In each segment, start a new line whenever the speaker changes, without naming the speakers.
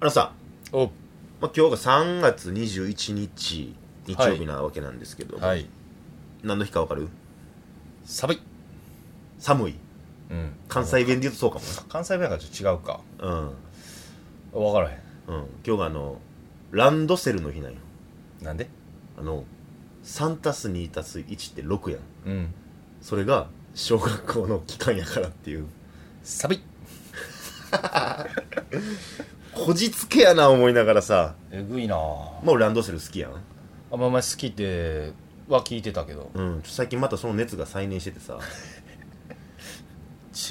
あのさ、
お
まあ、今日が3月21日、日曜日なわけなんですけど、
はい
何の日かわかる
寒い、
寒い。
うん、
関西弁で言うとそうか
関西弁がちょっと違うか
も。
分からへ
うん。うん。今日があの、ランドセルの日なんよ。
んなんで
あの、3たす2たす1って6やん。
うん
それが、小学校の期間やからっていう。
寒い
こじつけやな思いながらさ、
えぐいなあ
もうランドセル好きやん。
あんま好きっては聞いてたけど
うん。ちょ最近またその熱が再燃しててさ、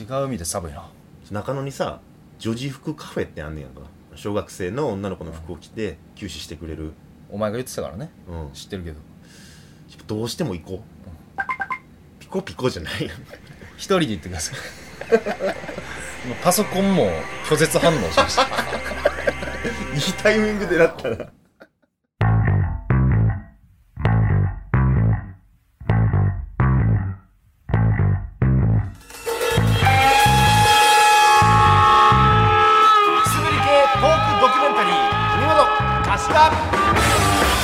違う意味で寒いな
中野にさ、女児服カフェってあんねやんか。小学生の女の子の服を着て、休止してくれる。
お前が言ってたからね
うん。
知ってるけど
どうしても行こうピコピコじゃないやん
一人で行ってくだ さい今パソコンも拒絶反応しました
いいタイミングでなったな
くすぶり系トークドキュメンタリー「君本柏」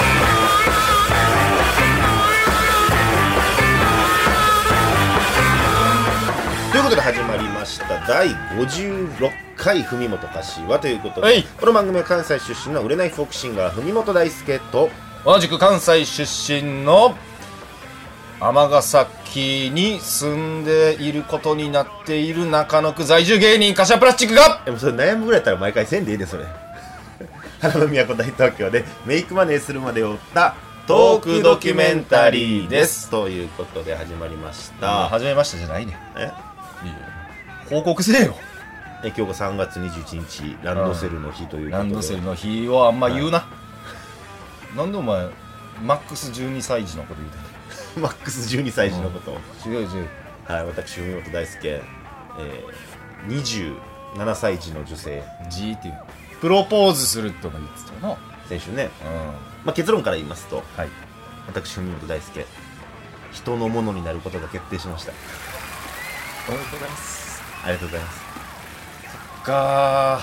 ということで始まりました第56回文元柏ということで、
はい
この番組は関西出身の売れないフォークシンガー文元大輔と
同じく関西出身の尼崎に住んでいることになっている中野区在住芸人柏プラスチックが
でもそれ悩むぐらいやったら毎回せんでいいでそれ 花の都大東京でメイクマネーするまでを追ったトークドキュメンタリーですということで始まりました、
始めましたじゃないね
え
いいよ報告せえよ
え今日が3月21日ランドセルの日ということで
ランドセルの日をあんま言うな、なんでお前マックス12歳児のこと言うて
マックス12歳児のことを、
んの違う違う
はい、私、文本大輔、えー、27歳児の女性、
G っていうプロポーズするってお前言ってたよなうん
先週ね、まあ、結論から言いますと、
はい
私、文本大輔、人のものになることが決定しました。
おめでとうございます
ありがとうございます。
が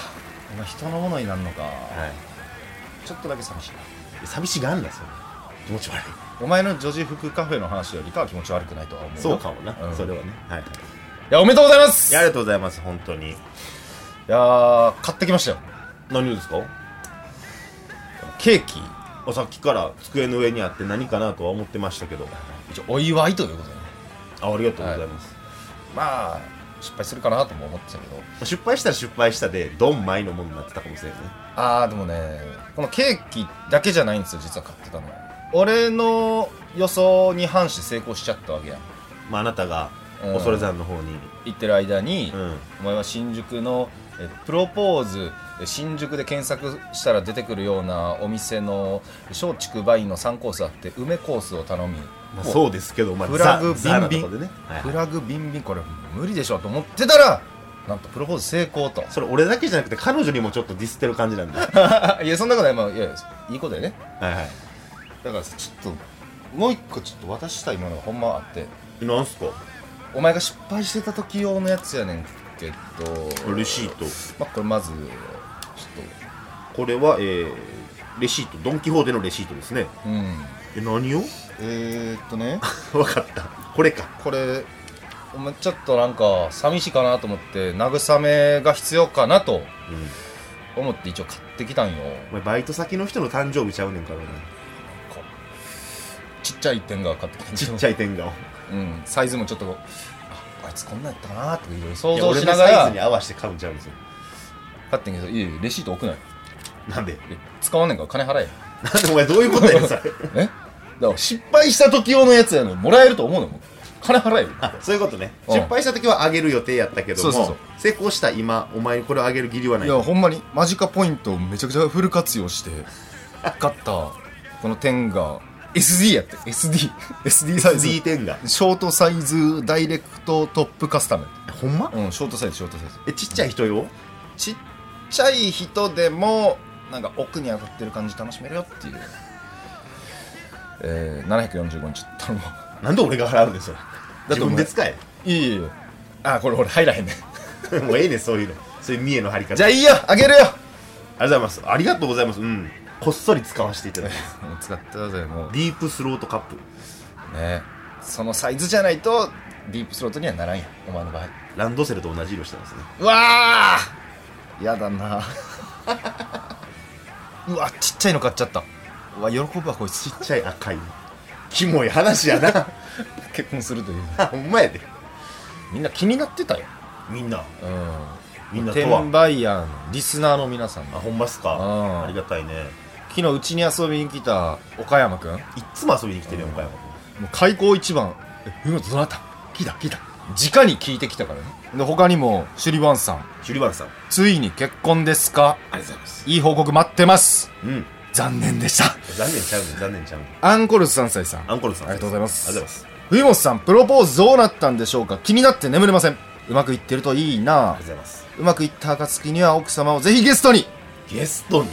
お前人のものになるのか、
はい、
ちょっとだけ寂しいな
寂しがんな、それ。気持ち悪い。
お前の女児服カフェの話よりかは気持ち悪くないとは思うよ
そうかもな、
うん
それはね。はい、はい
いやおめでとうございます
いや。ありがとうございます、本当に。
いやー買ってきましたよ
何をですか
ケーキ
あさっきから机の上にあって何かなとは思ってましたけど、
一応お祝いということでね
あありがとうございます。
まあ失敗するかなとも思ってたけど
失敗したら失敗したで、ドンマイのものになってたかもしれないね。
あーでもねこのケーキだけじゃないんですよ実は買ってたのは俺の予想に反して成功しちゃったわけやん
まあ、あなたが
うん
恐山の方に、
行ってる間に、
うん、
お前は新宿のえプロポーズえ新宿で検索したら出てくるようなお店の松竹梅の3コースあって梅コースを頼み、
まあ、
もう
そうですけど、まあ、
フラグ
ザ
ビンビ
ザな
ン
とこでね、はいはい
フラグビンビンこれ無理でしょと思ってたらなんとプロポーズ成功と
それ俺だけじゃなくて彼女にもちょっとディスってる感じなんではい
やそんなことない、まあ、いやいやいいことやね
い
だからちょっともう一個ちょっと渡したいものがほんまあって
えなんすか
お前が失敗してた時用のやつやねんけど
レシート
まあこれまずちょっ
これは、えー、レシートドン・キホーテのレシートですね
とうん
え何を
えー、っとね
分かったこれか
これお前ちょっとなんか寂しいかなと思って慰めが必要かなと
うん
思って一応買ってきたんよ
お前バイト先の人の誕生日ちゃうねんからね
ちっちゃい点が買ってきた
ちっちゃ
い、
い天下を
うん、サイズもちょっとああいつこんなんやったかなとかいろいろ想
いや
像
俺
し
の
なが
サイズ
ら
に合わせて買うんちゃうんですよ
買ってんけどいやいやレシート送んない
なんで
え使わんねんから金払え
なんでお前どういうことやねんそれ
えだから失敗した時用のやつやのにもらえると思うのもん金払えよ
あそういうことね
うん
失敗した時はあげる予定やったけども
そうそうそう
成功した今お前にこれあげる義理はない
いやほんまにマジカポイントをめちゃくちゃフル活用して買ったこの点が SD やって SD SD サイズ
D 天下
ショートサイズダイレクトトップカスタム
ほんま
うんショートサイズショートサイズ
えちっちゃい人よ
ちっちゃい人でもなんか奥に上がってる感じ楽しめるよっていうえー、745日頼むわ
なんで俺が払うんですよ
だっ
自
てお前
分で使え
いいよあこれ俺入らへんねん
もうええねんそういうのそういう見栄の張り方
じゃあいいよあげる
あ
よ
りがとうございますありがとうございますうんこっそり使わせていただきます
もう使ってくださいも
ディープスロートカップ
うねそのサイズじゃないとディープスロートにはならんやお前の場合
ランドセルと同じ色してますね
うわーやだな うわちっちゃいの買っちゃったうわ喜ぶわこいつ
ちっちゃい赤いキモい話やな
結婚するという
ほんまやで
みんな気になってたよ
みんな
うん
みんなとは
転売ヤーのリスナーの皆さん
あ
が
ほんまっすか
うん
ありがたいね
昨日うちに遊びに来た岡山くんも
いっつも遊びに来てるよ
うん
岡山
う開口一番「え梅本どなた聞いた聞いた」直に聞いてきたからねで他にもシュリワンさん
シュリバンさんあ
「ついに結婚ですか
りがとうございます
いい報告待ってます
うん
残念でした」
残念ちゃうね残念ちゃうね
アンコルズ3歳さん
アンコールさん
ありがとうございます
ありがとうございます
冬本さんプロポーズどうなったんでしょうか気になって眠れませんうまくいってるといい
あ
な
りがとうございます
うまくいった暁には奥様をぜひゲストに
ゲストに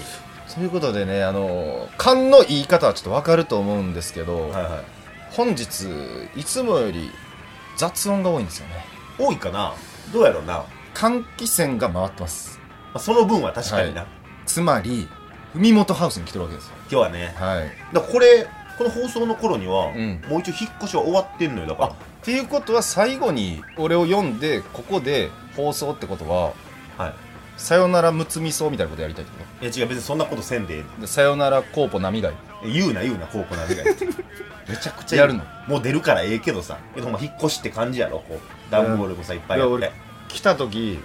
ということでねあの勘の言い方はちょっとわかると思うんですけど、
はいはい
本日いつもより雑音が多いんですよね
多いかなどうやろうなま
換気扇が回ってます
あその分は確かにな
は
今
つまり文元ハウスに来てるわけですよ
日はね
はいっ
だからこれこの放送の頃には
うん
もう一応引っ越しは終わってんのよだか
ていうことは最後に俺を読んでここで放送ってことは
らはい
さよならむつみそうみたいなことやりたいってこ
いや違う別にそんなことせんでええねん
とでさよならコーポ波がい
言うな言うな高校なめ がいめちゃくちゃ
やるの
もう出るからええけどさけどほんま引っ越しって感じやろこう段ボールもさいっぱいあ
いや
って
俺来た時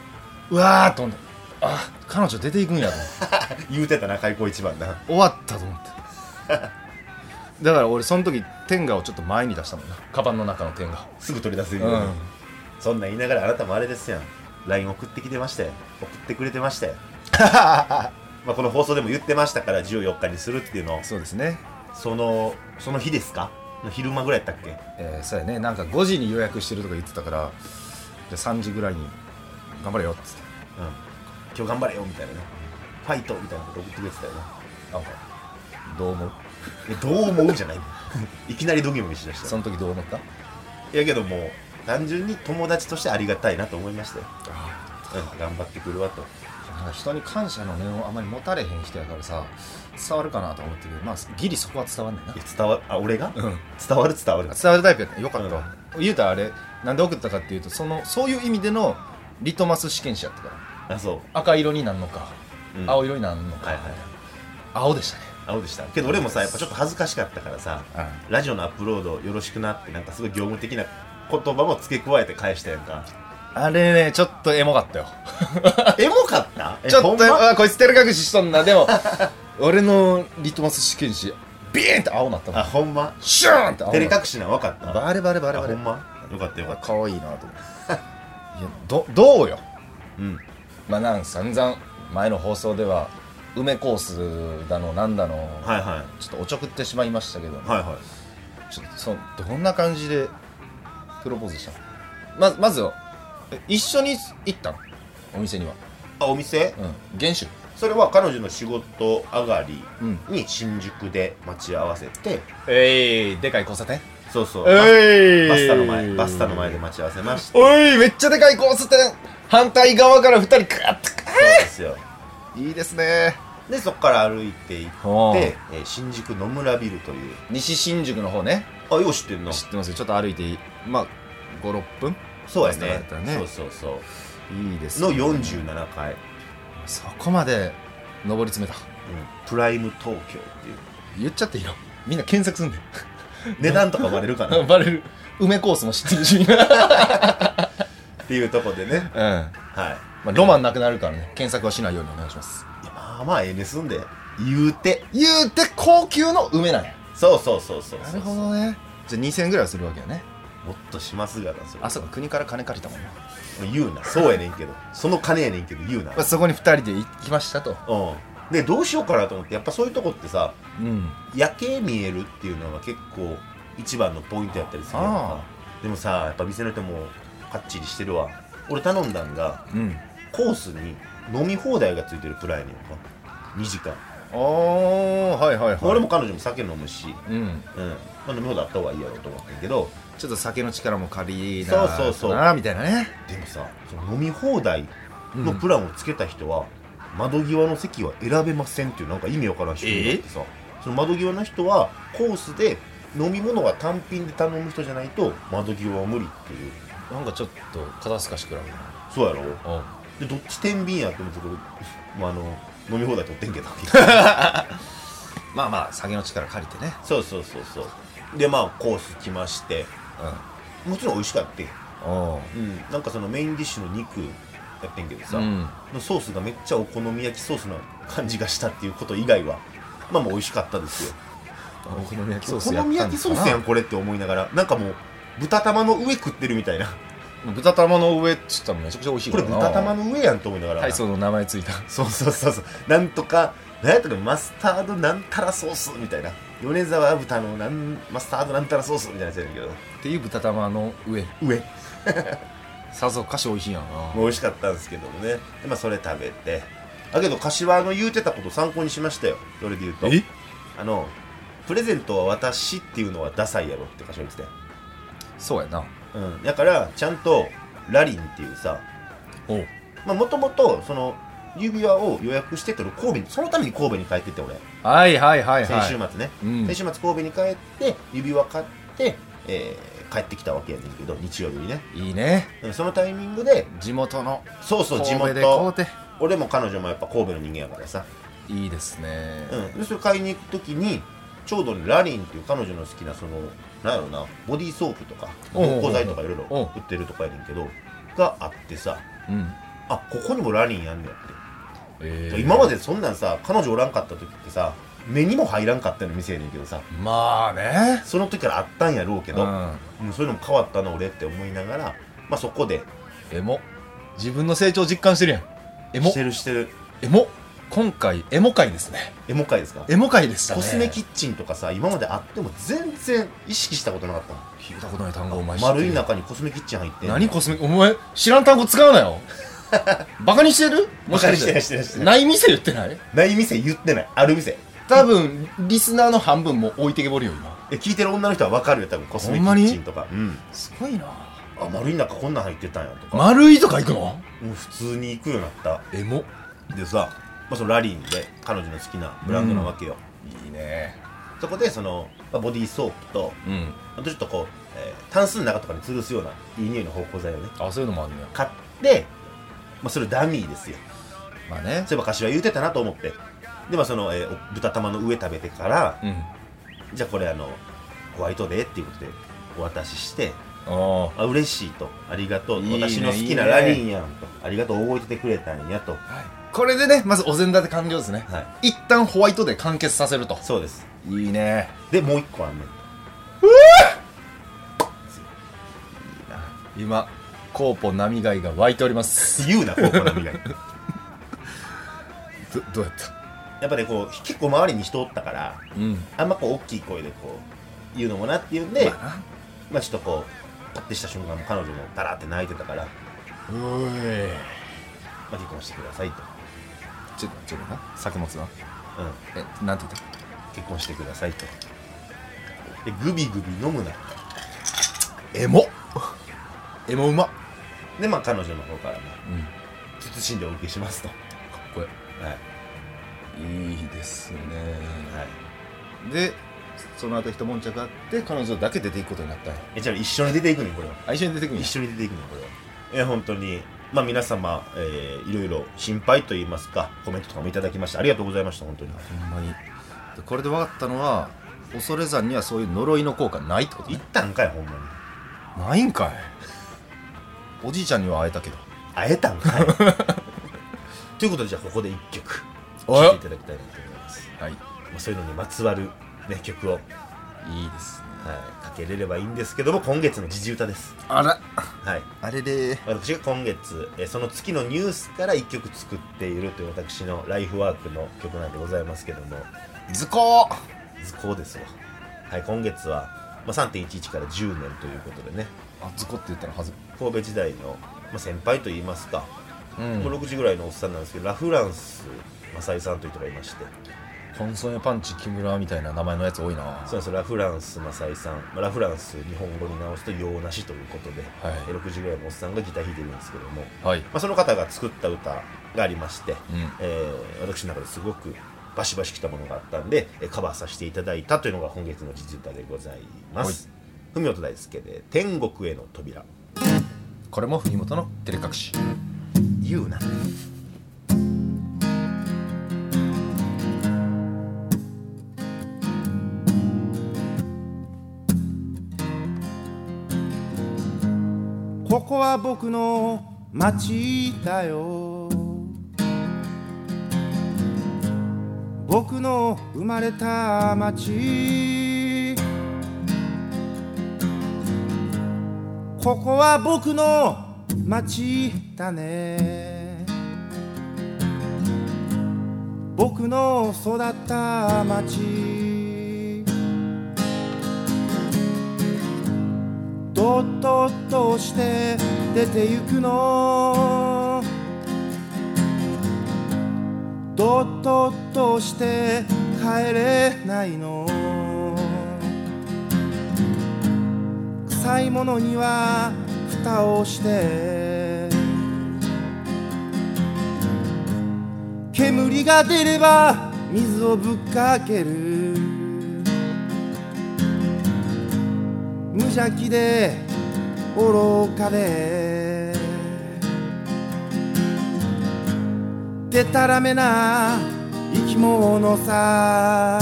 うわーと思ってあ彼女出ていくんやと思って
言うてたな開口一番な
終わったと思って だから俺その時天下をちょっと前に出したもんなカバンの中の天下
すぐ取り出せるように、
うん
そんなん言いながらあなたもあれですやん LINE 送ってきてましたよ送ってくれてま したよまあこの放送でも言ってましたから14日にするっていうのを
そうですね
そのその日ですかの昼間ぐらいやったっけ
えーそうやねなんか5時に予約してるとか言ってたからじゃあ3時ぐらいに頑張れよっつって
うん今日頑張れよみたいなねファイトみたいなこと送ってくれてたよな
なんかどう思う
えどう思うじゃない いきなりドギモギしだした
その時どう思った
いやけどもう単純に友達としてありがたいなと思いましたよ、うん、頑張ってくるわと
なんか人に感謝の念をあまり持たれへん人やからさ伝わるかなと思ってるけどまあギリそこは伝わんねんない
や伝わあ俺が、
うん
伝わる伝わる
伝わるタイプやったよかったわ、言うたらあれなんで送ったかっていうとそのそういう意味でのリトマス試験紙やったから
あそ
赤色になるのか、
う、うん、
青色になるのか、
はいはい
青でしたね、
青でしたけど俺もさやっぱちょっと恥ずかしかったからさラジオのアップロードよろしくなってなんかすごい業務的な言葉も付け加えて返したやん か
あれねちょっとエモかったよ
エモかったえ
ちょっ
ほん
と、
ま
あこいつ照れ隠ししとんなでも 俺のリトマス試験紙ビーンって青なったも
あ
ん
ほんま
シューンって青
照れ
なった
隠しなん分かった
バレバレバレ
あ
バ
ほ
レ
んまよかったよかった
かわいいな と思っていやどどうよ
うん
まあなん散々前の放送では梅コースだのなんだの、
はいはい
ちょっとおちょくってしまいましたけど、
はいはい
ちょっとそのどんな感じでプロポーズしたのまずまずえ一緒に行ったのお店には
あお店
うん原酒
それは彼女の仕事上がり
うん
に新宿で待ち合わせて
えいでかい交差点
そうそう
え
バスタの前バスタの前で待ち合わせました
おいめっちゃでかい交差点反対側から二人カッと
そうですよ
いいですね
でそこから歩いていって、
おう
えー新宿野村ビルという
西新宿の方ね
あよう知ってんの
知ってますよちょっと歩いてまあ56分
そうや
レス
ね
トランやったらね
そうそうそ
いいです
うの47階、
そこまで上り詰め
う
た
んプライム東京っていう
言っちゃっていいよみんな検索すんで
値段とかバレるかなっ
バレる梅コースも知ってるし、うん
ていうとこでね
ま
はい
あ、ロマンなくなるからね検索はしないようにお願いします
いやまあまあええねすんで言うて
言うて高級の梅なんや
そうそうそうそうそう
ねじゃあ2000円ぐらいはするわけやね
もっとしますがなそれ
あそうか国から金借りたもんな、ま
言うなそうやねんけどその金やねんけど言うな
あ、そこに2人で行きましたと
うんでどうしようかなと思ってやっぱそういうとこってさ
うん
夜景見えるっていうのが結構一番のポイントやったりするやん
あ
かでもさやっぱ店の人もかっちりしてるわ俺頼んだんが
うん
コースに飲み放題がついてるプランやねんか2時間、
おーはいはいはい
俺も彼女も酒飲むし、
うん
うんまあ、飲み放題あった方がいいやろと思ったんけど
ちょっと酒の力も借りな
そうそうそう
なみたいなね
でもさその飲み放題のプランをつけた人は、窓際の席は選べませんっていうなんか意味わからん人になってさ、その窓際の人はコースで飲み物は単品で頼む人じゃないと窓際は無理っていう
なんかちょっと肩透かしくらみな
そうやろ
おう
でどっち天秤やって思ったけど、 まあ、あの飲み放題取ってんけ ど
まあまあ酒の力借りてね
そうそうそうそうでまあコース来ましてもちろん美味しかったよ
うんおう
うん、なんかそのメインディッシュの肉やってんけどさ、
うん
のソースがめっちゃお好み焼きソースな感じがしたっていうこと以外はまあもう美味しかったですよ
お好み焼きソ
お
ース
好
やったん
み
かな
焼きソースやんこれって思いながらなんかもう豚玉の上食ってるみたいな
豚玉の上っつったらめちゃくちゃ美味しい
こ
か
れ
らな
豚玉の上やんと思いながら
体操の名前ついた
そうそうそうそうなんとかなんやったかマスタードなんたらソースみたいな米沢豚のなんマスタードなんたらソースみたいなやつやねんけど
っていう豚玉の上
上
さぞかし美味しいんやろ
美味しかったんですけどもねで、まあ、それ食べてだけど柏の言うてたこと参考にしましたよそれで言うと
なえ
あのプレゼントは私っていうのはダサいやろって柏言ってたよ
そうやな
うんだからちゃんとラリンっていうさ
おう
まあもともとその指輪を予約しててる神戸にそのために神戸に帰ってって俺
はいはいはいはい
先週末ね、
うん
先週末神戸に帰って指輪買って、えー帰ってきたわけやねんけど日曜日にね
いいね
うんそのタイミングで
地元の
そうそう地
神戸で買う
元
て
俺も彼女もやっぱ神戸の人間やからさ
いいですね
うん、でそれ買いに行く時にちょうどねラリンっていう彼女の好きなそのなんやろなボディーソープとか
おうおうおう
芳香剤とかいろいろ
おう
売ってるとかやねんけどがあってさ
うん
あここにもラリンやんねやって、
えー
今までそんなんさ彼女おらんかった時ってさ目にも入らんかったような店やねんけどさ
まあね
その時からあったんやろうけ
け
ど、うんそういうのも変わったな俺って思いながら、まあ、そこで
エモ自分の成長実感してるやんエモ
してるしてる
エモ今回エモ回ですね
エモ会ですか
エモ回でしたね
コスメキッチンとかさ今まであっても全然意識したことなかったの
聞いたことない単語お前知ってる
丸い中にコスメキッチン入ってんの
何コスメお前知らん単語使うな よバカにしてるも
も
し
しか
か
してない
して
してないしてない
ない店言ってない
ない店言ってないある店
多分リスナーの半分も置いてけぼるよ今
え聞いてる女の人は分かるよ多分コスメキ
ほんまに
ッチンとかうん
すごいな
あ丸い中こんなん入ってたんやとか、
丸いとか行くの
もう普通に行くようになっ
エモ
たでさ、まあ、そのラリンで彼女の好きなブランドなわけよ、
いいね
そこでその、まあ、ボディーソープと
うん
あとちょっとこう、えータンスの中とかに吊るすようないい匂いの芳香剤をね
あそういうのもあるね
買って、まあ、それダミーですよ
まあね
そういえば柏言うてたなと思ってでまあその、えー豚玉の上食べてから
うん
じゃあこれあのホワイトデーっていうことでお渡しして
あ
あ嬉しいとありがとうと
いいね
私の好きない
いね
ラリンやんとありがとう覚えててくれたんやとは
あ、これでねまずお膳立て完了ですね
い
一旦ホワイトで完結させると
そうです
いいね
でもう一個あんねん
今コーポ波貝が湧いております
言うな高校の未 来
どどうやった
やっぱりこう結構周りに人おったから
うん
あんまこう大きい声でこう言うのもなっていうんで、
まあな
まあちょっとこうパッてした瞬間も彼女もダラって泣いてたから、ま
おい
あ、結婚してくださいと、
ちょっとちょっとな作物な
うん、
えなんて言っ
結婚してくださいとでグビグビ飲むな
たエモエモうま
でまあ彼女の方からね
うんか
慎んでお受けしますとは
っこいいいいですね
い、はい、
でその後一悶着あって彼女だけ出ていくことになったんや
えじゃあ一緒に出ていくねこれは
あ一緒に出てくんや
一緒に出ていくのこれはえ本当にまあ皆様、えーいろいろ心配といいますかコメントとかもいただきましてありがとうございました本当に
ほんまにでこれで分かったのは恐れ山にはそういう呪いの効果ないってこと
行
ね
ったんかいほんまに
ないんかいおじいちゃんには会えたけど
会えたん かいということでじゃあここで一曲
お
聴
や
いていただきたいなと思います、
はい
まあ、そういうのにまつわる、ね、曲を、はい、
いいですね
かけれればいいんですけども今月の時事歌です
あら
はい
あれで
私が今月えーその月のニュースから1曲作っているという私のライフワークの曲なんでございますけども
図工
図工ですわはい今月は、まあ、3.11から10年ということでね
あ図工って言ったのはず
神戸時代の、まあ、先輩といいますか、
う
もう6時ぐらいのおっさんなんですけどラ・フランス正井さんという人がいまして
コンソメパンチ木村みたいな名前のやつ多いなは
そうですラ・フランス正井さんまあラ・フランス日本語に直すと「洋なし」ということで、
はい
60ぐらいのおっさんがギター弾いてるんですけども、ま
い
あ、その方が作った歌がありまして、
うん
えー私の中ですごくバシバシきたものがあったんでえーカバーさせていただいたというのが本月の実歌でございます文音大輔で「天国への扉
これも文元の照れ隠し」
言うな
ここは僕の町だよ僕の生まれた町ここは僕の町だね僕の育った町どっとっとして出てゆくのどっとっとして帰れないの臭いものには蓋をして煙が出れば水をぶっかける無邪気で愚かででたらめな生き物さ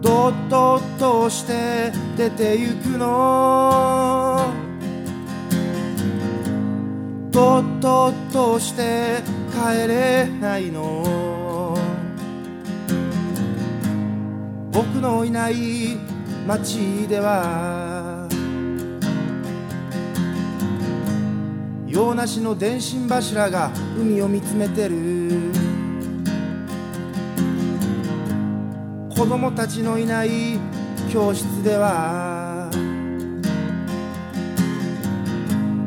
どっとっとして出てゆくのどっとっとして帰れないの僕のいない町では洋梨の電信柱が海を見つめてる子供たちのいない教室では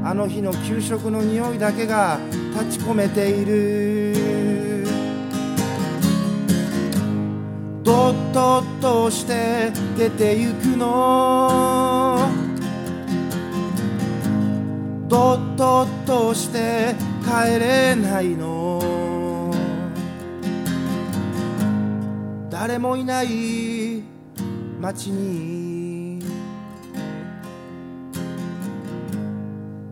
あの日の給食の匂いだけが立ち込めているどっとっとして出てゆくのどっとっとして帰れないの誰もいない街に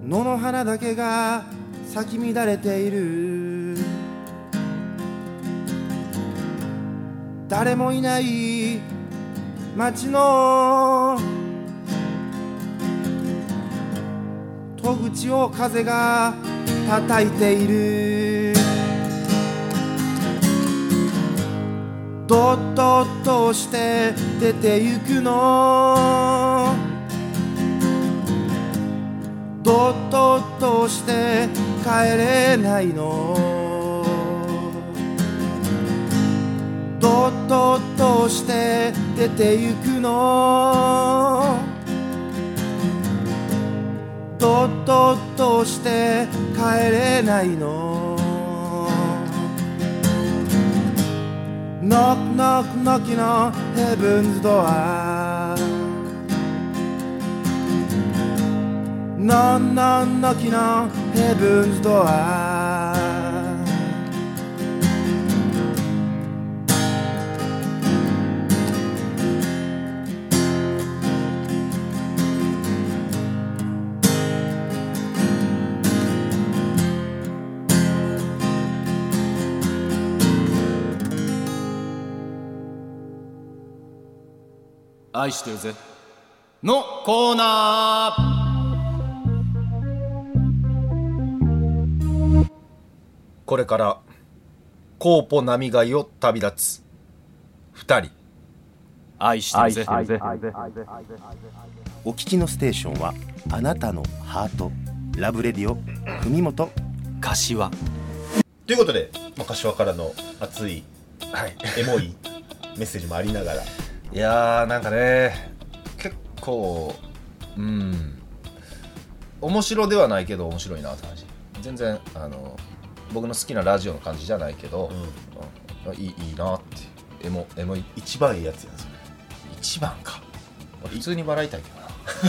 野の花だけが咲き乱れている誰もいない街の戸口を風が叩いているどっとっとして出てゆくのどっとっとして帰れないのどっとっとして出てゆくのとっとっとして帰れないの Knock knock knock の Heaven's door Non non knock の Heaven's door
愛してるぜのコーナーこれからコーポ波貝を旅立つ二人愛してるぜ
お聞きのステーションはあなたのハートラブレディオ文元
柏
ということで、まあ、柏からの熱い
はい
エモいメッセージもありながら
いやーなんかね結構うん面白ではないけど面白いなって感じ全然あの僕の好きなラジオの感じじゃないけど、
うん
うんいいいいなってエモエモい
一番いいやつやんそ
一番か普通に笑いたいけ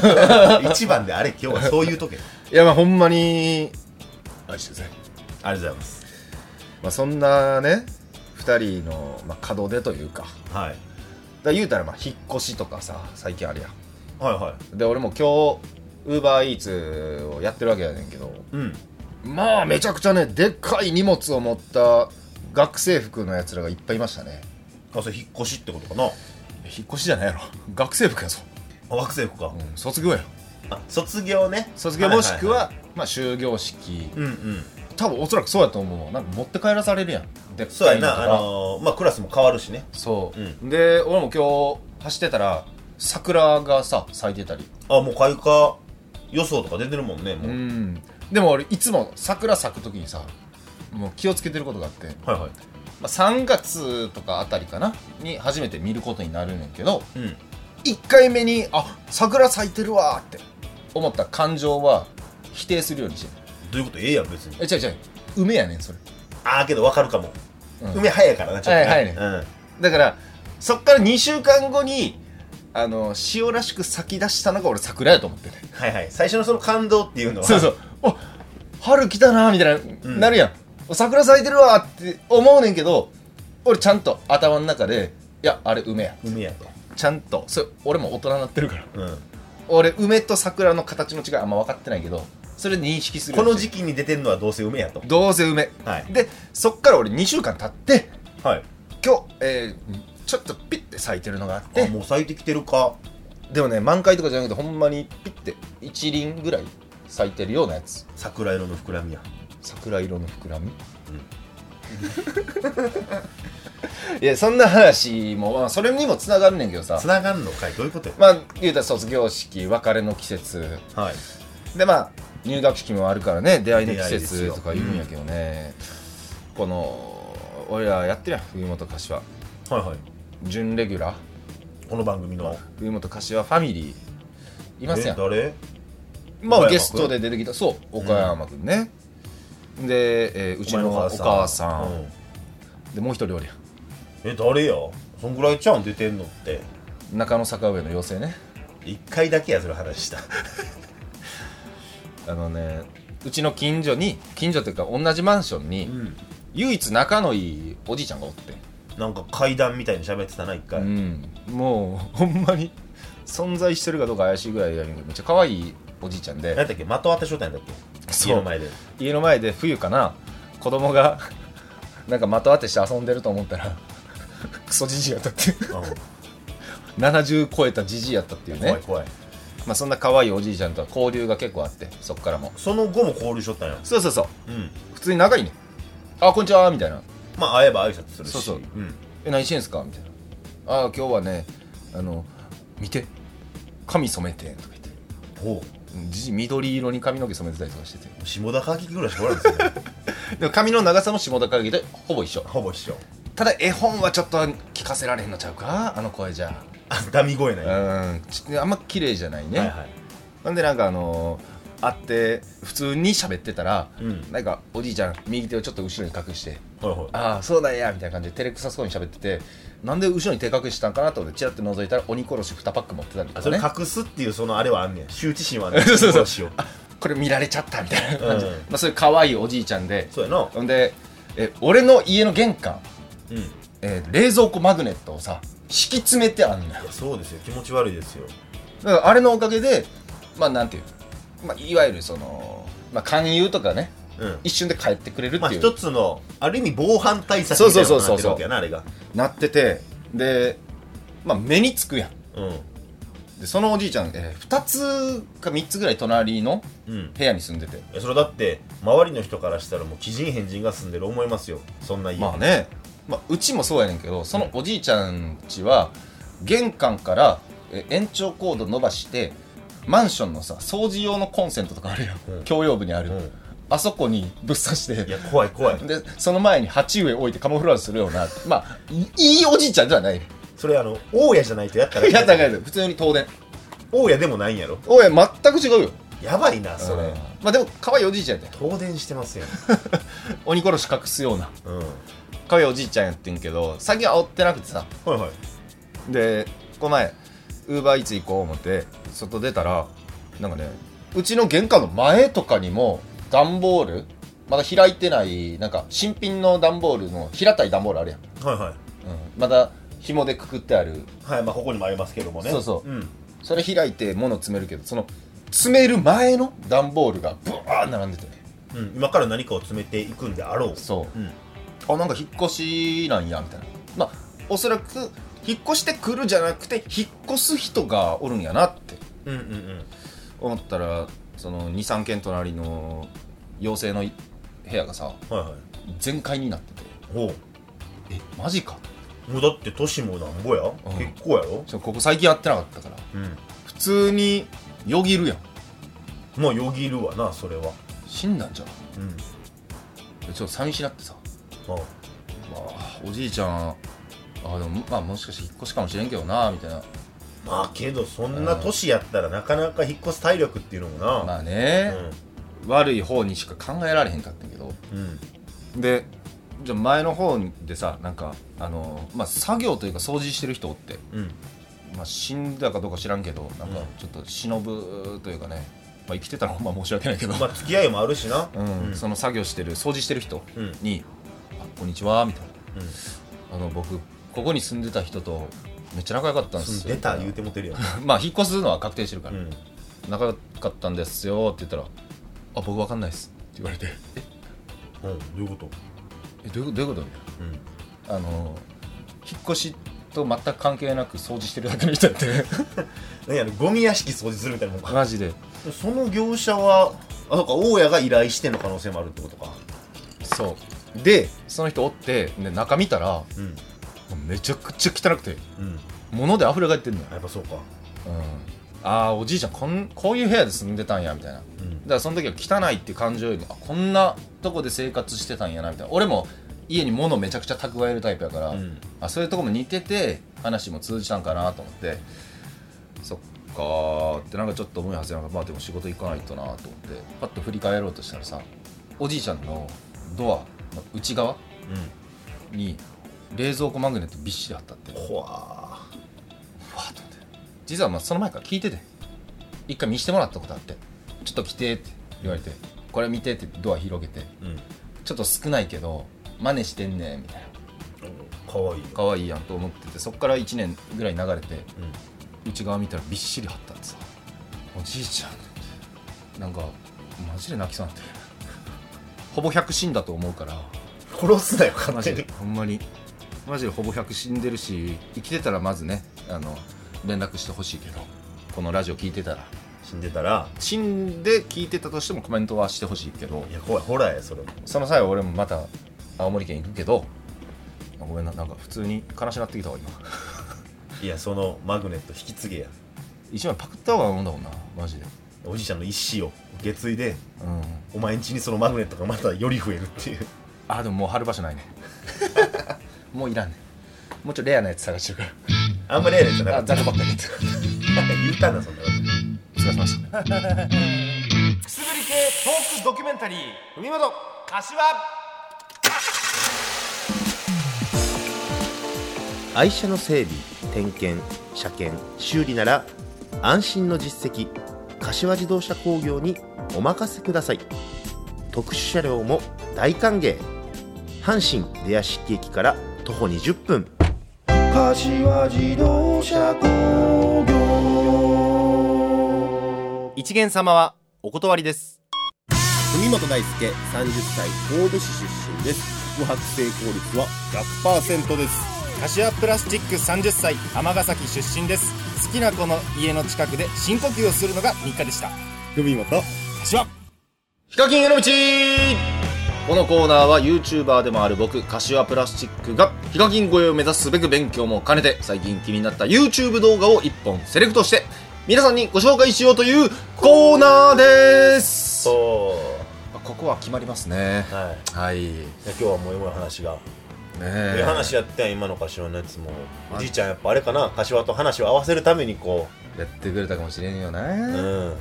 どない
れ一番であれ今日はそういう時や
やまあほんまに愛してるぜ
ありがとうございます
まあ、そんなね2人の、まあ、門出というかだか
はい
ら言うたらまあ引っ越しとかさ最近あるやん
はいは
で俺も今日ウーバーイーツをやってるわけやねんけど
いうん
まあめちゃくちゃねでっかい荷物を持った学生服のやつらがいっぱいいましたね
あそれ引っ越しってことかな
引っ越しじゃないやろ学生服やぞ、
あ学生服か、
うん、卒業やろ
あ卒業ね
卒業もしく
い
は,、
い
まあ就業式
いうんうん
多分おそらくそうやと思うわなんか持って帰らされるやんでっ
そう
か
や
いのと
な
か
あのーまあクラスも変わるしね
そう、
う
で俺も今日走ってたら桜がさ咲いてたり
あもう開花予想とか出てるもんねもう、
うんでも俺いつも桜咲く時にさもう気をつけてることがあって、ま
はいはい
あ、3月とかあたりかなに初めて見ることになるねんけど
うん
1回目にあ桜咲いてるわーって思った感情は否定するようにしてる
どういうことええやん別に
え違う違う梅やねんそれ
ああけど分かるかも、
うん
梅早いからなちょっと
はいはいね
うん
だからそっから2週間後にあの塩らしく咲き出したのが俺桜やと思ってて
はいはい最初のその感動っていうのは
そうそう。お春来たなみたいな、
うん
なるやん。お桜咲いてるわって思うねんけど、俺ちゃんと頭の中で、いや、あれ梅や。
梅やと
ちゃんと、それ俺も大人になってるから。
うん
俺、梅と桜の形の違いあんま分かってないけど、それ認識する。
この時期に出てんのはどうせ梅やと
どうせ梅。
はい
で、そっから俺2週間経って、
はい
今日、えーちょっとピッて咲いてるのがあっ
で
て、
もう咲いてきてるか
でもね、満開とかじゃなくて、ほんまにピッて一輪ぐらい咲いてるようなやつ。
桜色の膨らみや
桜色の膨らみ、 いやそんな話も、まあ、それにもつながるねんけどさ
つながんのかいどういうことや
まあ言うたら卒業式別れの季節
はい
でまあ入学式もあるからね出会いの季
出会いです
節
よ
とか言うんやけどね、この俺らやってるやん冬本柏
はいはい
準レギュラー
この番組の
冬本柏ファミリーいます
え
やん
誰
ま
岡山
あ
君
ゲストで出てきたそう岡山君ね、で、えーうちのお母さ
う
ん
ん
でもう一人おるやん
え誰やそんぐらいちゃうん出てんのって
中野坂上の妖精ね
一回だけやそれ話した
あのねうちの近所に近所というか同じマンションに、
ん
唯一仲のいいおじいちゃんがおって、
なんか階段みたいに喋ってたな一回、
うんもう ほんまに存在してるかどうか怪しいぐらいやねんけどめっちゃ可愛いおじいちゃんで
何だっけ的当て商店だっけ
そう
家の前で
家の前で冬かな子供が なんか的当てして遊んでると思ったら クソじじいやったっていう 70超えたじじいやったっていう
怖
ね
い、怖い
まあ、そんな可愛いおじいちゃんとは交流が結構あってそっからも
その後も交流しとったんや
そうそうそ
う
う
ん
普通に仲いいねあこんにちはみたいな
まあ会えば挨拶するし、
そうそうん「え何してんすか?」みたいな「ああ今日はねあの見て髪染めてん」とか言って
ほ
うんじじ緑色に髪の毛染めてたりとかしてて
う下田歌劇ぐらいしかおらんですよね
でも髪の長さも下田影で ほぼ一緒
ほぼ一緒
ただ絵本はちょっと聞かせられへんのちゃうかあの声じゃ
あダミ声なんや
うんちあんま綺麗じゃないね、
はいはい
なんでなんかあのー会って普通に喋ってたら、
うん
なんかおじいちゃん右手をちょっと後ろに隠して
ほいほい
ああそうなんやみたいな感じで照れくさそうに喋っててなんで後ろに手隠したんかなと思ってチラッと覗いたら鬼殺し2パック持ってたりと
あそ
か
れ
ね
隠すっていうそのあれはあんねん羞恥心はあんねん
そうそうそう
どしよう
これ見られちゃったみたいな感じ、
うん
まあ、そういう可愛いおじいちゃんで
そうやな
ほんでえ俺の家の玄関、
うんい
えー冷蔵庫マグネットをさ敷き詰めてあんのよ
やそうですよ気持ち悪いですよ
だからあれのおかげでまあなんていう、まあ、いわゆるその、まあ、勧誘とかね
うん
一瞬で帰ってくれるって
まあ
いう、
一つのある意味防犯対策みたいなのになってるわけやなあれが
なっててで、まあ、目につくやん
うん
でそのおじいちゃん、え2つか3つぐらい隣の
うん
部屋に住んでて
いやそれだって周りの人からしたらもう鬼人変人が住んでる思いますよそんな家
まあね、まあ、うちもそうやねんけどそのおじいちゃんちは玄関からえ延長コード伸ばしてマンションのさ掃除用のコンセントとかあるよ、
うん
共用部にある、
うん
あそこにぶっ刺して
いや怖い怖い
でその前に鉢植え置いてカモフラージュするようなまあいいいおじいちゃんじゃない
それあの大家じゃないとやったら
やったらあかんやつ普通に東電
大家でもないんやろ
おい全く違うよ
やばいなそれ
うんまあでも可愛いおじいちゃんやで
東電してますよ、
鬼殺し隠すような
うん、は
可愛いおじいちゃんやってんけど最近煽ってなくてさ
いはい
でこの前ウーバーイーツ行こう思って外出たらなんかねうちの玄関の前とかにも段ボールまだ開いてないなんか新品の段ボールの平たい段ボールあるやん、うん、
はいはい
まだ紐でくくってある
はいまあここにもありますけどもね
そうそう
うん、
それ開いて物詰めるけどその詰める前の段ボールがブワー並んでて
うん、今から何かを詰めていくんであろう
そう
うん
あなんか引っ越しなんやみたいなまあおそらく引っ越してくるじゃなくて引っ越す人がおるんやなって
うんうんうん
思ったらその23軒隣の妖精の部屋がさ
はいはい
全開になってて
ほ
えマジか
うもうだって都市もなんぼや、
ん
結構やろ
ちょここ最近やってなかったから
うん
普通によぎるやん
まあよぎるわなそれは
死んだんじゃん
うん
でちょっと寂しなってさ、
あ
まあ、おじいちゃんあでもまあもしかして引っ越しかもしれんけどなみたいな
まあけどそんな都市やったらなかなか引っ越す体力っていうのもな、
まあね、悪い方にしか考えられへんかったけど
うんうん
でじゃあ前の方でさなんかあのまあ作業というか掃除してる人おって
うん
まあ、死んだかどうか知らんけどなんか
うん
ちょっと忍ぶというかね、まあ、生きてたらほんま申し訳ないけど、
まあ付き合いもあるしな
うん
うん
その作業してる掃除してる人
うん
に「あこんにちは」みたい
うん
な「あの僕ここに住んでた人とめっちゃ仲良かったんです
住
よ」
んでた言うてもてるやん、
まあ引っ越すのは確定してるから、
うん、
仲良かったんですよって言ったら「あ僕わかんないです」って言われ て「え
うん、どういうこと、
えどういうどういうこと?」みたい
うん、
なあの引っ越しと全く関係なく掃除してるだけの人やって
何やろゴミ屋敷掃除するみたいなもんか
マジで
その業者はあそうか大家が依頼しての可能性もあるってことか
そうでその人おってで中見たら
うん
めちゃくちゃ汚くて
うん
物で溢れ返ってんのよ、
やっぱそうか
うん、ああおじいちゃんこんこういう部屋で住んでたんやみたいなだか
うん
らその時は汚いって感情よりもあこんなとこで生活してたんやなみたいな俺も家に物めちゃくちゃ蓄えるタイプやから、
うん
あそういうとこも似てて話も通じたんかなと思ってそっかーってなんかちょっと思いはせながらまあでも仕事行かないとなと思ってパッと振り返ろうとしたらさおじいちゃんのドアの内側に冷蔵庫マグネットびっしり貼ったって
うんほわ
わーっと思って実はまあその前から聞いてて一回見してもらったことあってちょっと来てって言われてこれ見てってドア広げて
うん
ちょっと少ないけど真似してんねんみたいな
かわいいよ
可愛いやんと思っててそっから1年ぐらい流れて
うん
内側見たらびっしり貼ったんですよおじいちゃんなんかマジで泣きそうになってほぼ100死んだと思うから
殺すなよ
マ
勝手
ジで
に
ほんまにマジでほぼ100死んでるし生きてたらまずねあの連絡してほしいけどこのラジオ聞いてたら
死んでたら
死んで聞いてたとしてもコメントはしてほしいけど
いや怖いホラーやそれも
その際は俺もまた青森県行くけどあごめんななんか普通に悲しなってきたわ今
いやそのマグネット引き継げや
一枚パクった方が思うんだもんなマジで
おじいちゃんの一子を受け継いで
うん
お前んちにそのマグネットがまたより増えるっていう
あでももう貼る場所ないね もういらんねもうちょっとレアなやつ探してるか
あんまりやるやつじゃな
ら
か
あ
った
ざるばっかりやつ
言ったなそんなこと
失礼しました
くすぶり系トークドキュメンタリー
海本
柏
愛車の整備点検車検修理なら安心の実績柏自動車工業にお任せください特殊車両も大歓迎阪神出屋敷駅から徒歩20分
柏自動車工業
一元様はお断りです
文本大輔30歳神戸市出身です宿泊成功率は100%です
柏プラスチック30歳尼崎出身です好きな子の家の近くで深呼吸をするのが日課でした
文本
柏ヒカキンへの道このコーナーは YouTuber でもある僕柏プラスチックがヒカキン越えを目指すべく勉強も兼ねて最近気になった YouTube 動画を1本セレクトして皆さんにご紹介しようというコーナーです
そ
ここは決まりますね
うはい
はいね
今日はもう今の話がええ
え
話やってん今の柏のやつもおじいちゃんやっぱあれかな柏と話を合わせるためにこ
やってくれたかもしれんよね、
ううん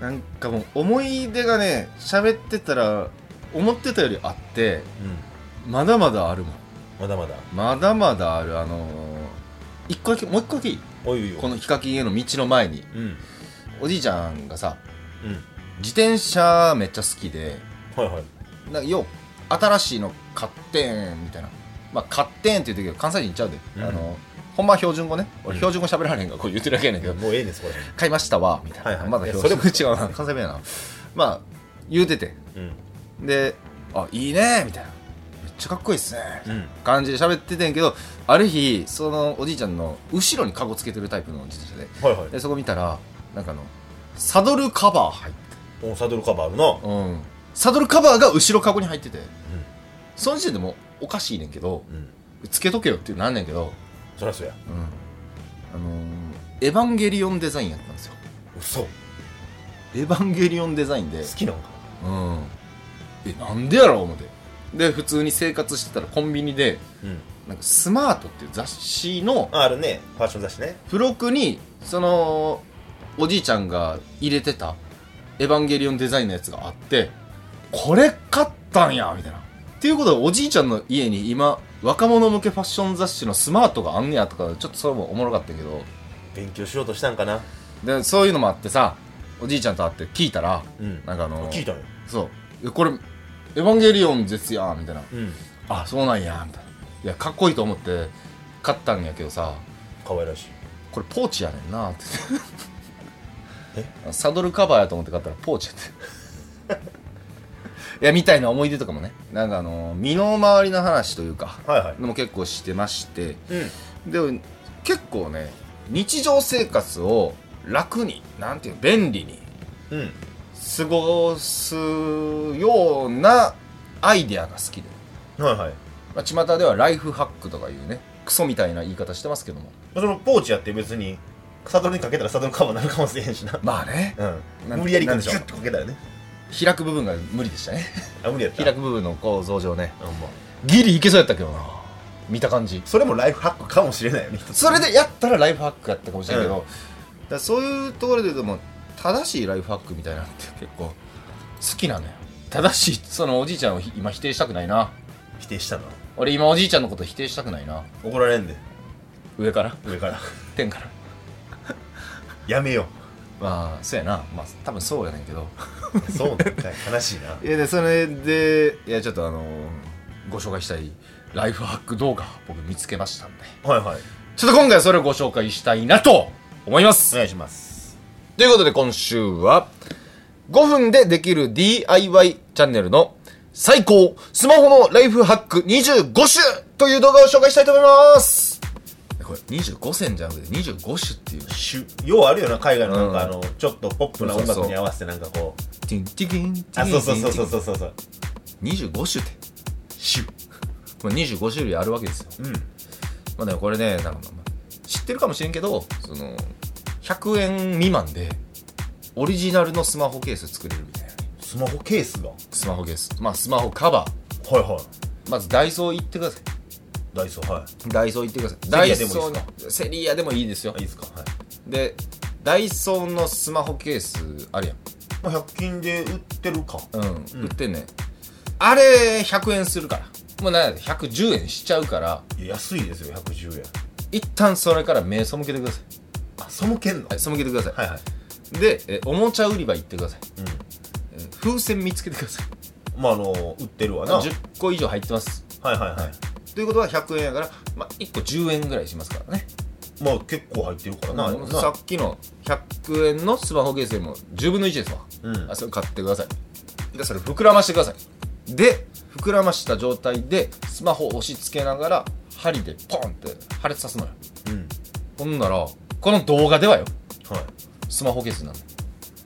なんかもう思い出がね喋ってたら思ってたよりあってまだまだあるもん
まだまだ
まだまだあるあのー一個だけもう一個だけいい
おいおいおい
このヒカキンへの道の前に
うん
おじいちゃんがさ
うん
自転車めっちゃ好きで
はいはい
なんかよう新しいの買ってんみたいなまあ買ってんって言うてるけど関西人言っちゃうで、
うん
あのほんまは標準語ね
う
俺
ん
標準語喋られへんからこう言ってるだけやねんけど、
もうええねんそこら辺
買いましたわみたいな、
はいはい
まだ
いや
標準語
そ
違
れ
う
も
な関西弁やなまあ言うてて
うん
で「あいいね」みたいな「めっちゃかっこいいっすね」みたいな
うん
感じで喋っててんけどある日そのおじいちゃんの後ろにカゴつけてるタイプの自転車で
はいはい
でそこ見たらなんかあのサドルカバー入って
おサドルカバーあるな
うん、サドルカバーが後ろカゴに入ってて、その時点でもうおかしいねんけど
うん
つけとけよってなんねんけど、
そりゃそうや
うんあのーエヴァンゲリオンデザインやったんですよ
嘘好
エヴァンゲリオンデザインで、うん、
きなんか
えなんでやろう思ってで普通に生活してたらコンビニで
うん
なんかスマートっていう雑誌の
ああるねファッション雑誌ね
付録にそのおじいちゃんが入れてたエヴァンゲリオンデザインのやつがあってこれ買ったんやみたいなっていうことはおじいちゃんの家に今若者向けファッション雑誌のスマートがあんねやとかちょっとそれもおもろかったけど
勉強しようとしたんかな
でそういうのもあってさおじいちゃんと会って聞いたら
うん
なんかあの
聞いたのよ
そうえこれエヴァンゲリオンですやんみたいな
うん
あそうなんやみたいないやかっこいいと思って買ったんやけどさ
可愛らしい
これポーチやねん なってサドルカバーやと思って買ったらポーチやって いやみたいな思い出とかもねなんかあの身の回りの話というか
はいはい
でも結構してまして
うん
で結構ね日常生活を楽になんていうの便利に
うん
過ごすようなアイデアが好きで、
はいはい
まあ、巷ではライフハックとかいうねクソみたいな言い方してますけども
そのポーチやって別にサドルにかけたらサドルカバーになるかもしれへんしな
まあね
う
なんん
無理やりこ
な
うん
で
ギ
しょ
ュッ
う
とかけたらね
開く部分が無理でしたね
あ無理やった
開く部分の構造上ね
あほんま
ギリいけそうやったけどな見た感じ
それもライフハックかもしれないよね一つ
それでやったらライフハックやったかもしれないけど、
うん
だからそういうところで言うともう正しいライフハックみたいなのって結構好きなのよ正しいそのおじいちゃんをひ今否定したくないな
否定したの
俺今おじいちゃんのこと否定したくないな
怒られんで
上から
上 から
天から
やめよ
まあそうやなまあ多分そうやねんけど
うそうなんかい悲しいない
やでそれでいやちょっとあのご紹介したいライフハック動画僕見つけましたんで
はいはい
ちょっと今回はそれをご紹介したいなと思います
お願いします
ということで今週は5分でできる DIY チャンネルの最高スマホのライフハック25種という動画を紹介したいと思いますこれ25選じゃなくて25種っていう
しゅようあるよな海外のなんかあ
う
のちょっとポップな音楽に合わせてなんかこう
ティンティキンティキン
あそうそうそうそうそうそうそう
25種って種 まあ25種類あるわけですよ
うん
まあでもこれねなんかまあまあ知ってるかもしれんけどその100円未満でオリジナルのスマホケース作れるみたいな
スマホケースがは
スマホケースまあスマホカバー
いはい
まずダイソー行ってください
ダイソーはい
ダイソー行ってください
セ
ダ
リア
イ
でもいい
ソーのセリアでもいいですよ
あいいですかはい
でダイソーのスマホケースあるやん
まあ100均で売ってるか
うん、売ってんねあれ100円するからもうなんやで110円しちゃうから
いや安いですよ110円
一旦それから目背けてください
あそのけんの
はい背けてください、
はいはい
でえおもちゃ売り場行ってください、
うん
え風船見つけてください
まああの売ってるわなはい
10個以上入ってます
はいはい
ということは100円やから、まあ、1個10円ぐらいしますからね
まあ結構入ってるからなあれもな
さっきの100円のスマホケースよりも10分の1ですわ、
うん
あそれ買ってくださいでそれ膨らましてくださいで膨らました状態でスマホを押し付けながら針でポンって破裂さすのよ
うん
ほんならこの動画ではよ
はい
スマホケースになんの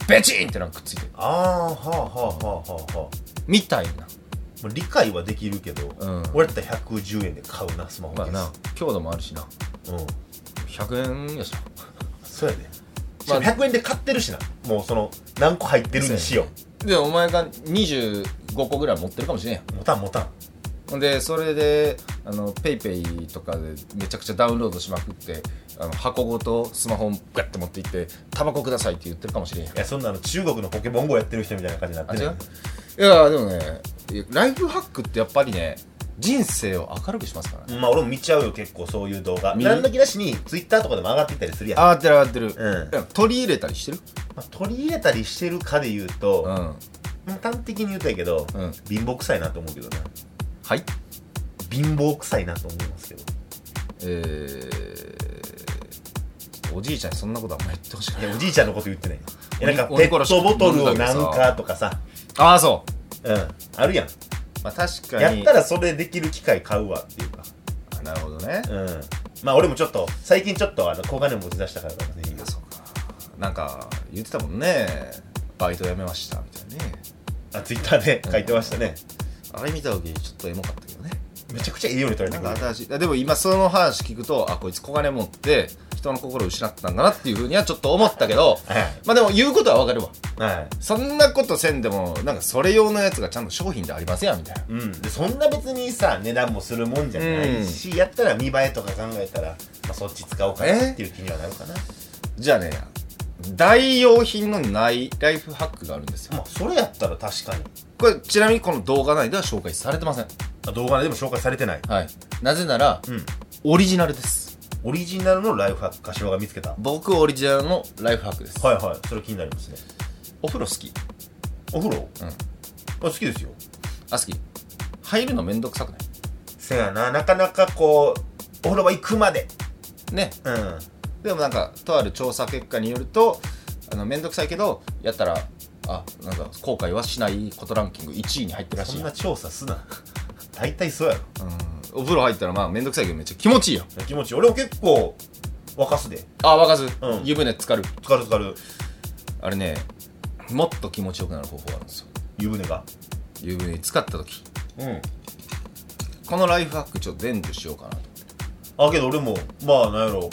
ベチンってなんかくっついてる
ああはあはあはあはあは
みたいな
あもう理解はできるけど、
うん
俺だったら110円で買うなスマホケ
ま
ー
あ
ス、
な強度もあるしな
うん
100円やしな
そうやね、
まあ
しかも100円で買ってるしなもうその何個入ってるにしよ
でお前が25個ぐらい持ってるかもしれんやん
うもたんもたん
ほんでそれであのペイペイとかでめちゃくちゃダウンロードしまくってあの箱ごとスマホをガッて持って行って「タバコください」って言ってるかもしれんやん
いやそんなの中国のポケモン GO やってる人みたいな感じにな
あ
って
違
る
ういやでもねいやライフハックってやっぱりね人生を明るくしますからね
まあ俺も見ちゃうよ結構そういう動画
見る
何の気なしにツイッターとかでも上がってきたりするやん
上がってる上がってる、
うん
いや取り入れたりしてる
まあ、取り入れたりしてるかで言うと、
うん
まあ端的に言うとやけど、
うん
貧乏臭いなと思うけどね
はい
貧乏臭いなと思いますけど
えー、おじいちゃんにそんなことあんま言ってほしくないい
やおじいちゃんのこと言ってないいやなんかペ
俺から
ットボトルを
飲んだ
な
けどさ
んかとかさ
ああそう
うんあるやん
まあ確か
や
に
ったらそれできる機会買うわっていうか
あなるほどね、
うんまあ俺もちょっと最近ちょっとあの小金持ち出したからだね
いやそうかなんか言ってたもんねバイト辞めましたみたいなね
あツイッターで書いてましたね、
あれ見た時ちょっとエモかったけどね
めちゃくちゃいいように取れ
な
てく
ん
る
か新しいいやでも今その話聞くとあこいつ小金持って人の心を失ったんだなっていうふうにはちょっと思ったけど
はい
まあでも言うことはわかるわ
はい
そんなことせんでもなんかそれ用のやつがちゃんと商品でありますやんみたいな
うん、でそんな別にさ値段もするもんじゃないし、やったら見栄えとか考えたら、まあ、そっち使おうかなっていう気にはなるかな、
じゃあね代用品のないライフハックがあるんですよ
まあそれやったら確かに
これちなみにこの動画内では紹介されてません
あ動画でも紹介されてない、
はいなぜなら
うん、
オリジナルです
オリジナルのライフハック柏が見つけたは
僕オリジナルのライフハックです
いはいそれ気になりますね
お風呂好き
お風呂、
うん
あ好きですよ
あ好き入るのめんどくさくない
せやななかなかこうお風呂場行くまで
ね
うん
でもなんかとある調査結果によるとあのめんどくさいけどやったらあなんか後悔はしないことランキング1位に入ってるら
そ
しい
ん
よ
な調査すな 大体そうやろ
うんお風呂入ったらまあめんどくさいけどめっちゃ気持ちいいやん
気持ちいい俺も結構沸かすで
あ沸かず、
うん
湯船浸かる
つかるつかる
あれねもっと気持ちよくなる方法があるんですよ
湯船が
湯船に浸かった時
うん
このライフハックちょっと伝授しようかなと
あけど俺もまあなんやろ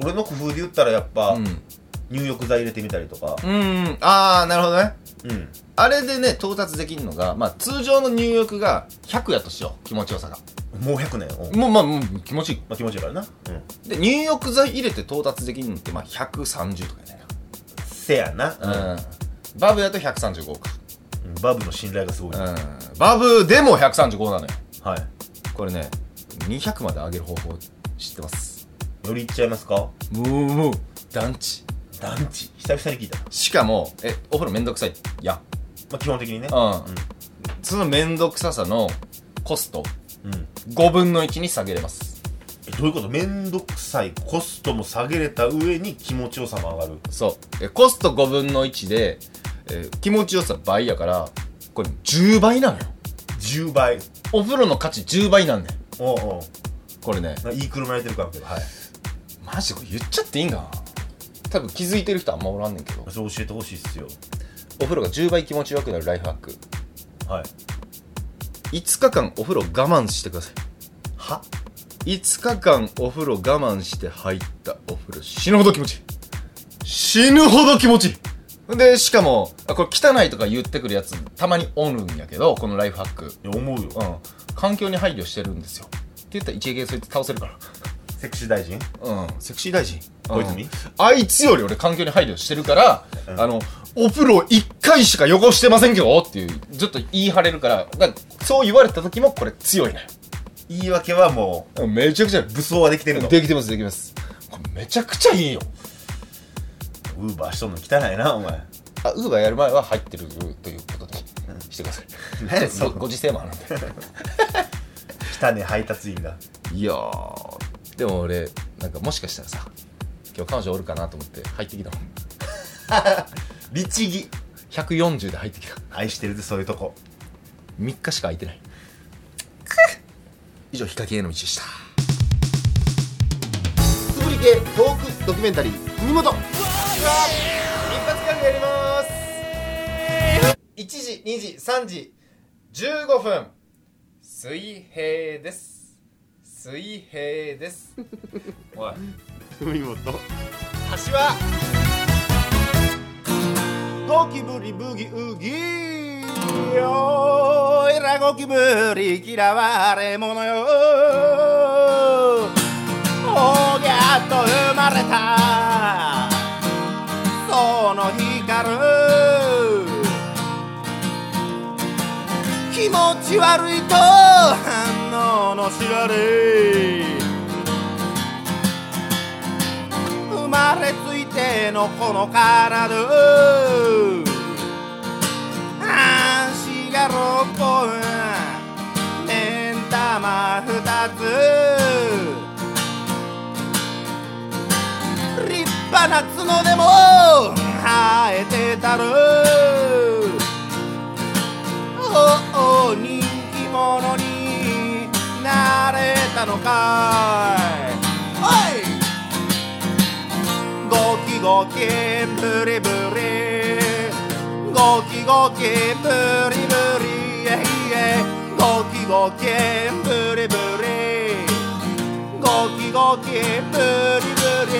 俺の工夫で言ったらやっぱ、
うん
入浴剤入れてみたりとか
うんああなるほどね
うん
あれでね到達できるのが、まあ、通常の入浴が100やとしよう気持ちよさが
もう100年うんま
もうまあもう気持ちい
あ気持ちいいからな、うん、
いで入浴剤入れて到達できるのってまあ130とかやね
せやな、
うんバブやと135か
うんバブの信頼がすごい、
う
はい
んバブでも135なのよこれね200まで上げる方法知ってます
よりいっちゃいますか
もうもう団地
団地久々に聞いた、ま
しかもえお風呂めんどくさいやん
あ、基本的にね
うんそのめんどくささのコスト
うん、うん、
5分の1に下げれます
えどういうことめんどくさいコストも下げれた上に気持ちよさも上がる
そうえコスト5分の1で、えー気持ちよさ倍やからこれ10倍なのよ
10倍
お風呂の価値10倍なんねん
おうおう
これね
まあいい車やってるからけどはい
マジでこれ言っちゃっていいんかな多分気づいてる人あんまおらんねんけど
そう教えてほしいっすよ
お風呂が10倍気持ちよくなるライフハック
はい
5日間お風呂我慢してくださ
はい
5日間お風呂我慢して入ったお風呂死ぬほど気持ちいい死ぬほど気持ちいいでしかもあこれ汚いとか言ってくるやつたまにおるんやけどこのライフハック
いや思うよ
うん環境に配慮してるんですよって言ったら一撃でそいつ倒せるか
セクシー大臣
らうんセクシー大臣
小泉
うんあいつより俺環境に配慮してるから、あのお風呂1回しか汚してませんけどっていうちょっと言い張れるからだからそう言われた時もこれ強いね
言い訳はも
うんめちゃくちゃ
う武装はできてるの
できてますできてますこれめちゃくちゃいいよ
ウーバーしとんの汚いなお前
あウーバーやる前は入ってるということにしてください、
何やそ
ごご時世もあるんで
汚ね配達員が
いやーでも俺なんかもしかしたらさ今日彼女おるかなと思って入ってきたもん
律儀
140で入ってきた
愛してるぜそういうとこ
3日しか空いてない以上ヒカキンへの道でした
つぶり系トークドキュメンタリー文元
一発ギャグやります1時2時3時15分水平です水平ですおい
文元
橋は
ゴキブリブギウギ
よえらゴキブリ嫌われ者よおぎゃっと生まれたその光る気持ち悪いと反応の知られ生まれついてのこの体足が6個目ん玉2つ立派な角でも生えてたるおお人気者になれたのかいおいゴキゴキブリブリゴキゴキブリブリえいえゴキゴキブリブリゴキゴキブリブリ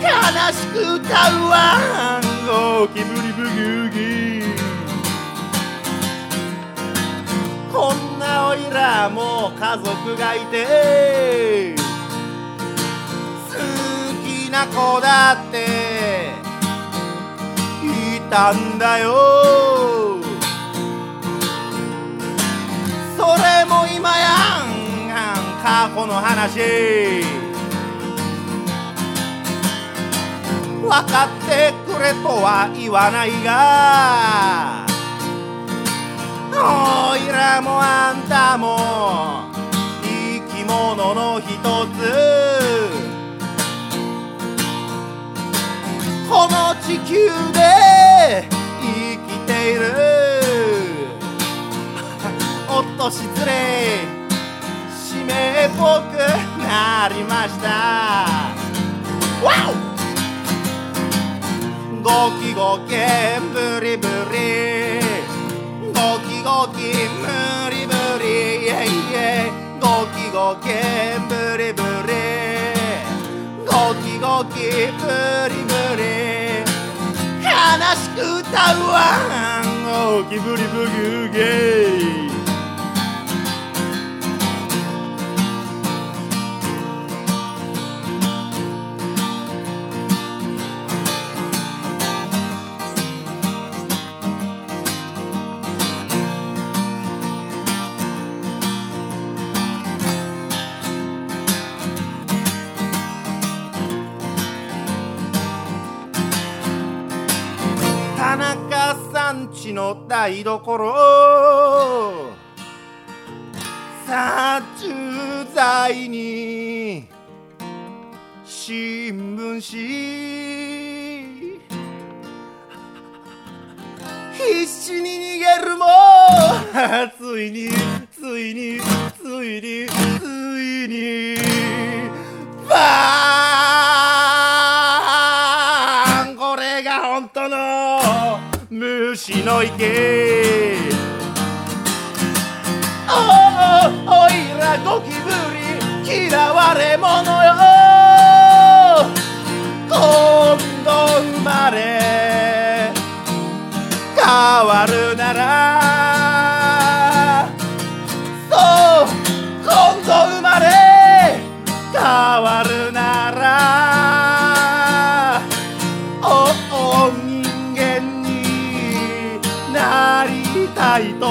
悲しく歌うわゴキブリブギウギこんなおいらもう家族がいて好きな子だっていたんだよそれも今やん過去の話分かってくれとは言わないがおいらもあんたも生き物の一つこの地球で生きている おっと失礼締めっぽくなりましたわおゴキゴキブリブリゴキゴキブリブリイエイエイゴキゴキブリブリゴキゴキブリブリ悲しく歌う わゴキブリブギュゲイ田中さんちの台所殺虫剤に新聞紙必死に逃げるも ついについについについにバーンこれが本当の虫の池おおおいらゴキブリ嫌われ者よ今度生まれ変わるならそう今度生まれ変わるならおお人間になりたいと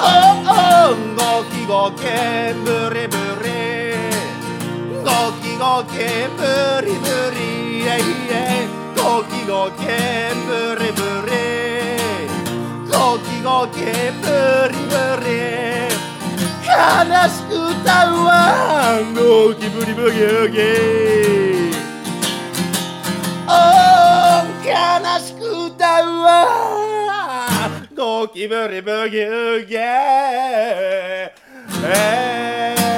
おおゴキゴキブリブリゴキゴキブリブリイエイエイゴキゴキブリブリゴキゴキブリブリ悲しく歌うわゴキブリブリブリおー悲しく歌うわゴキブリブギュゲえー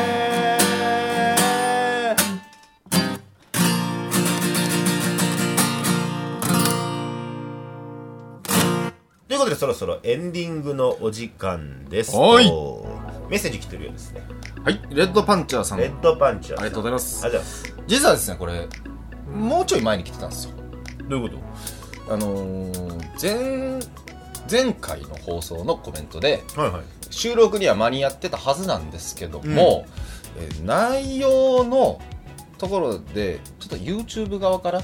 ということでそろそろエンディングのお時間です
はい
おーメッセージ来てるようですね
はいレッドパンチャーさん
レッドパンチャー
ありがとうございます
ありがとうございます
実はですねこれもうちょい前に来てたんですよ
どういうこと
あのー前前回の放送のコメントで
はいはい
収録には間に合ってたはずなんですけども、えー内容のところでちょっと YouTube 側から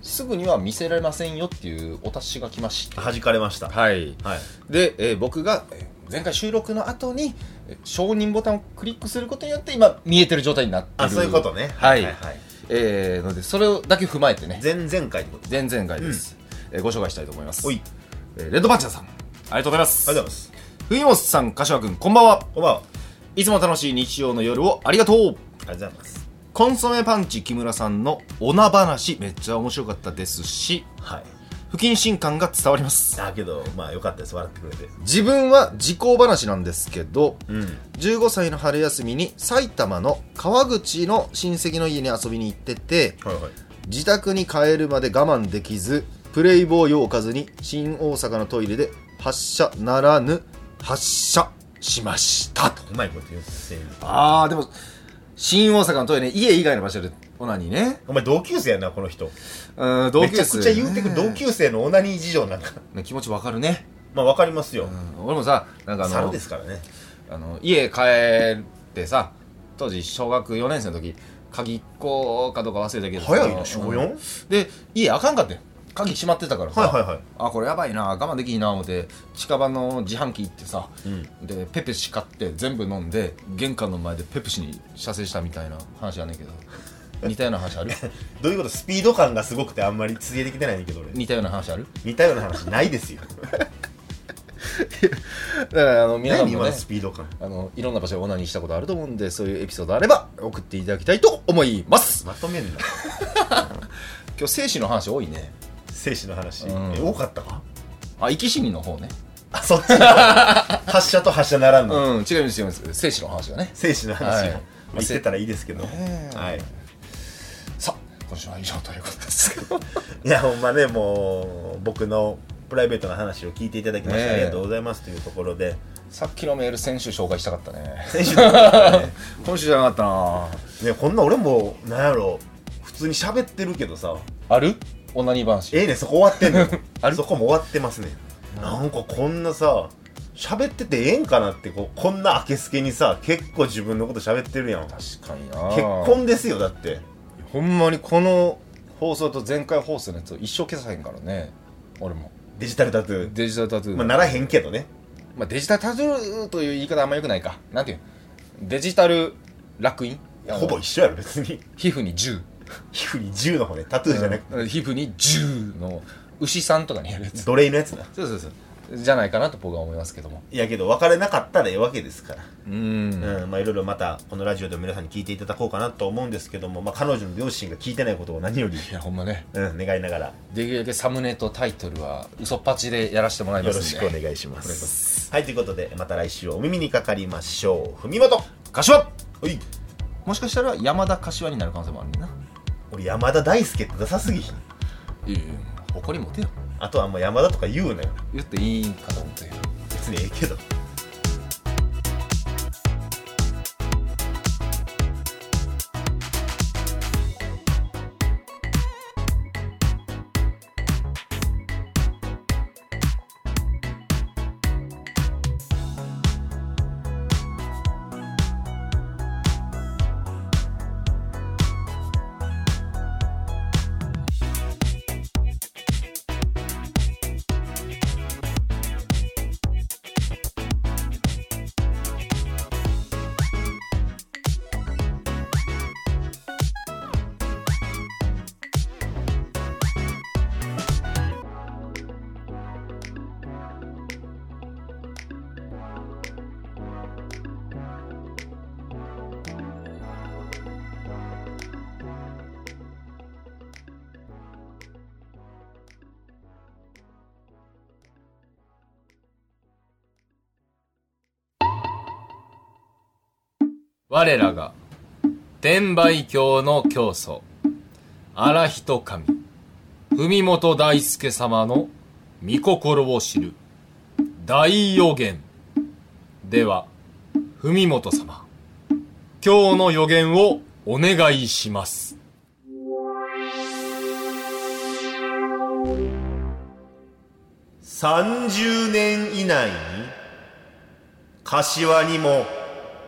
すぐには見せられませんよっていうお達しが来まして
弾かれました
はい
はい
で、えー僕がえー前回収録の後にえー承認ボタンをクリックすることによって今見えてる状態になってる
あそういうことね
はい
はいはい
えーのでそれをだけ踏まえてね
前々回ってこと
前々回です、えーご紹介したいと思います
おい
えーレッドバンチャーさんありがとうございます
ありがとうございます
冬本さん柏君こんばんは
おばあ
いつも楽しい日曜の夜をありがとう
ありがとうございます
コンソメパンチ木村さんのおな話めっちゃ面白かったですし
はい
不謹慎感が伝わります
だけどまあよかったです笑ってくれて
自分は時効話なんですけど
うん
15歳の春休みに埼玉の川口の親戚の家に遊びに行ってて
はいはい
自宅に帰るまで我慢できずプレイボーイを置かずに新大阪のトイレで発射ならぬ発射しましたと
うまいこと言ってる
あーでも新大阪のトイレ家以外の場所でオナニーね
お前同級生やなこの人
うん同級生
めちゃくちゃ言うてくる同級生のオナニー事情なんか
ね気持ちわかるね、
まあわかりますよ
うん俺もさなんかあ
猿
の
ですからね
あの家帰ってさ当時小学4年生の時鍵っ子かどうか忘れたけど
早いな
そ
小
の
4?
で家あかんかってん鍵閉まってたからさ、
はいはいはい
あこれやばいな我慢できひんな思って近場の自販機行ってさ、
う
でペペシ買って全部飲んで玄関の前でペペシに射精したみたいな話やねんけど似たような 話ある
どういうことスピード感がすごくてあんまりつげできてないんだけど俺
似たような話ある
似たような話ないですよ
だからあの 皆さん
何
も
今
ね
のスピード感
あのいろんな場所でオナニーしたことあると思うんでそういうエピソードあれば送っていただきたいと思います
まとめんな
今日精子の話多いね
精子の話、
うん
え多かったか
あ生き死にの方ね
あそっち 発射と発射ならんの、
うん違います違います精子の話がね
精子の話を、
はい
まあ、言ってたらいいですけど、
ねえ
はい
さあ今週は以上ということですけど
いやほんまねもう僕のプライベートな話を聞いていただきまして、
ねえ
ありがとうございますというところ で
さっきのメール先週紹介したかったね
先週の話ね
今週じゃなかったな
ねこんな俺もなんやろ普通に喋ってるけどさ
あるオナニー話
ええねんそこ終わってんのよ
ある
そこも終わってますねなんかこんなさ喋っててええんかなってこうこんな明けすけにさ結構自分のこと喋ってるやん結
確かにな
婚ですよだって
ほんまにこの放送と前回放送のやつを一生消さへんからね俺も
デジタルタトゥ
デジタルタトゥー
ー
の
まあならへんけどね
まあ、デジタルタトゥーという言い方あんまよくないかなんていうのデジタル楽印
いやほぼ
あの
一緒やろ別に
皮膚に10
皮膚に銃の方ねタトゥーじゃなくて、
うん皮膚に10の牛さんとかにやるやつ
奴隷のやつだ
そうそうそうじゃないかなと僕は思いますけども
いやけど別れなかったらええわけですから
うーん
うん、まあいろいろまたこのラジオでも皆さんに聞いていただこうかなと思うんですけども、まあ、彼女の両親が聞いてないことを何より、
いやほんまね
うん、願いながらよ
できるだけサムネとタイトルは嘘っぱちでやらせてもらいま
ろ
すんで
しくお願いしま。
お願いします
はい、ということでまた来週お耳にかかりましょう。文元
柏
はい
もしかしたら山田柏になる可能性もあるねんな
俺山田大輔ってダサすぎひん
いやいや誇り持てよ
あとはあんま山田とか言うなよ。
言っていいんかと思ったけど
別にええけど。
我らが天売教の教祖荒人神文本大輔様の御心を知る大予言では文本様今日の予言をお願いします
30年以内に柏にも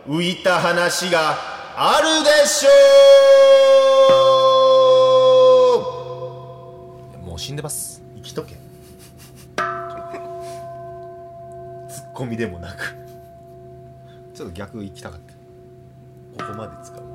浮いた話があるでしょ
もう死んでます
う生きとけツッコミでもなく
ちょっと逆行きたかった
ここまで使う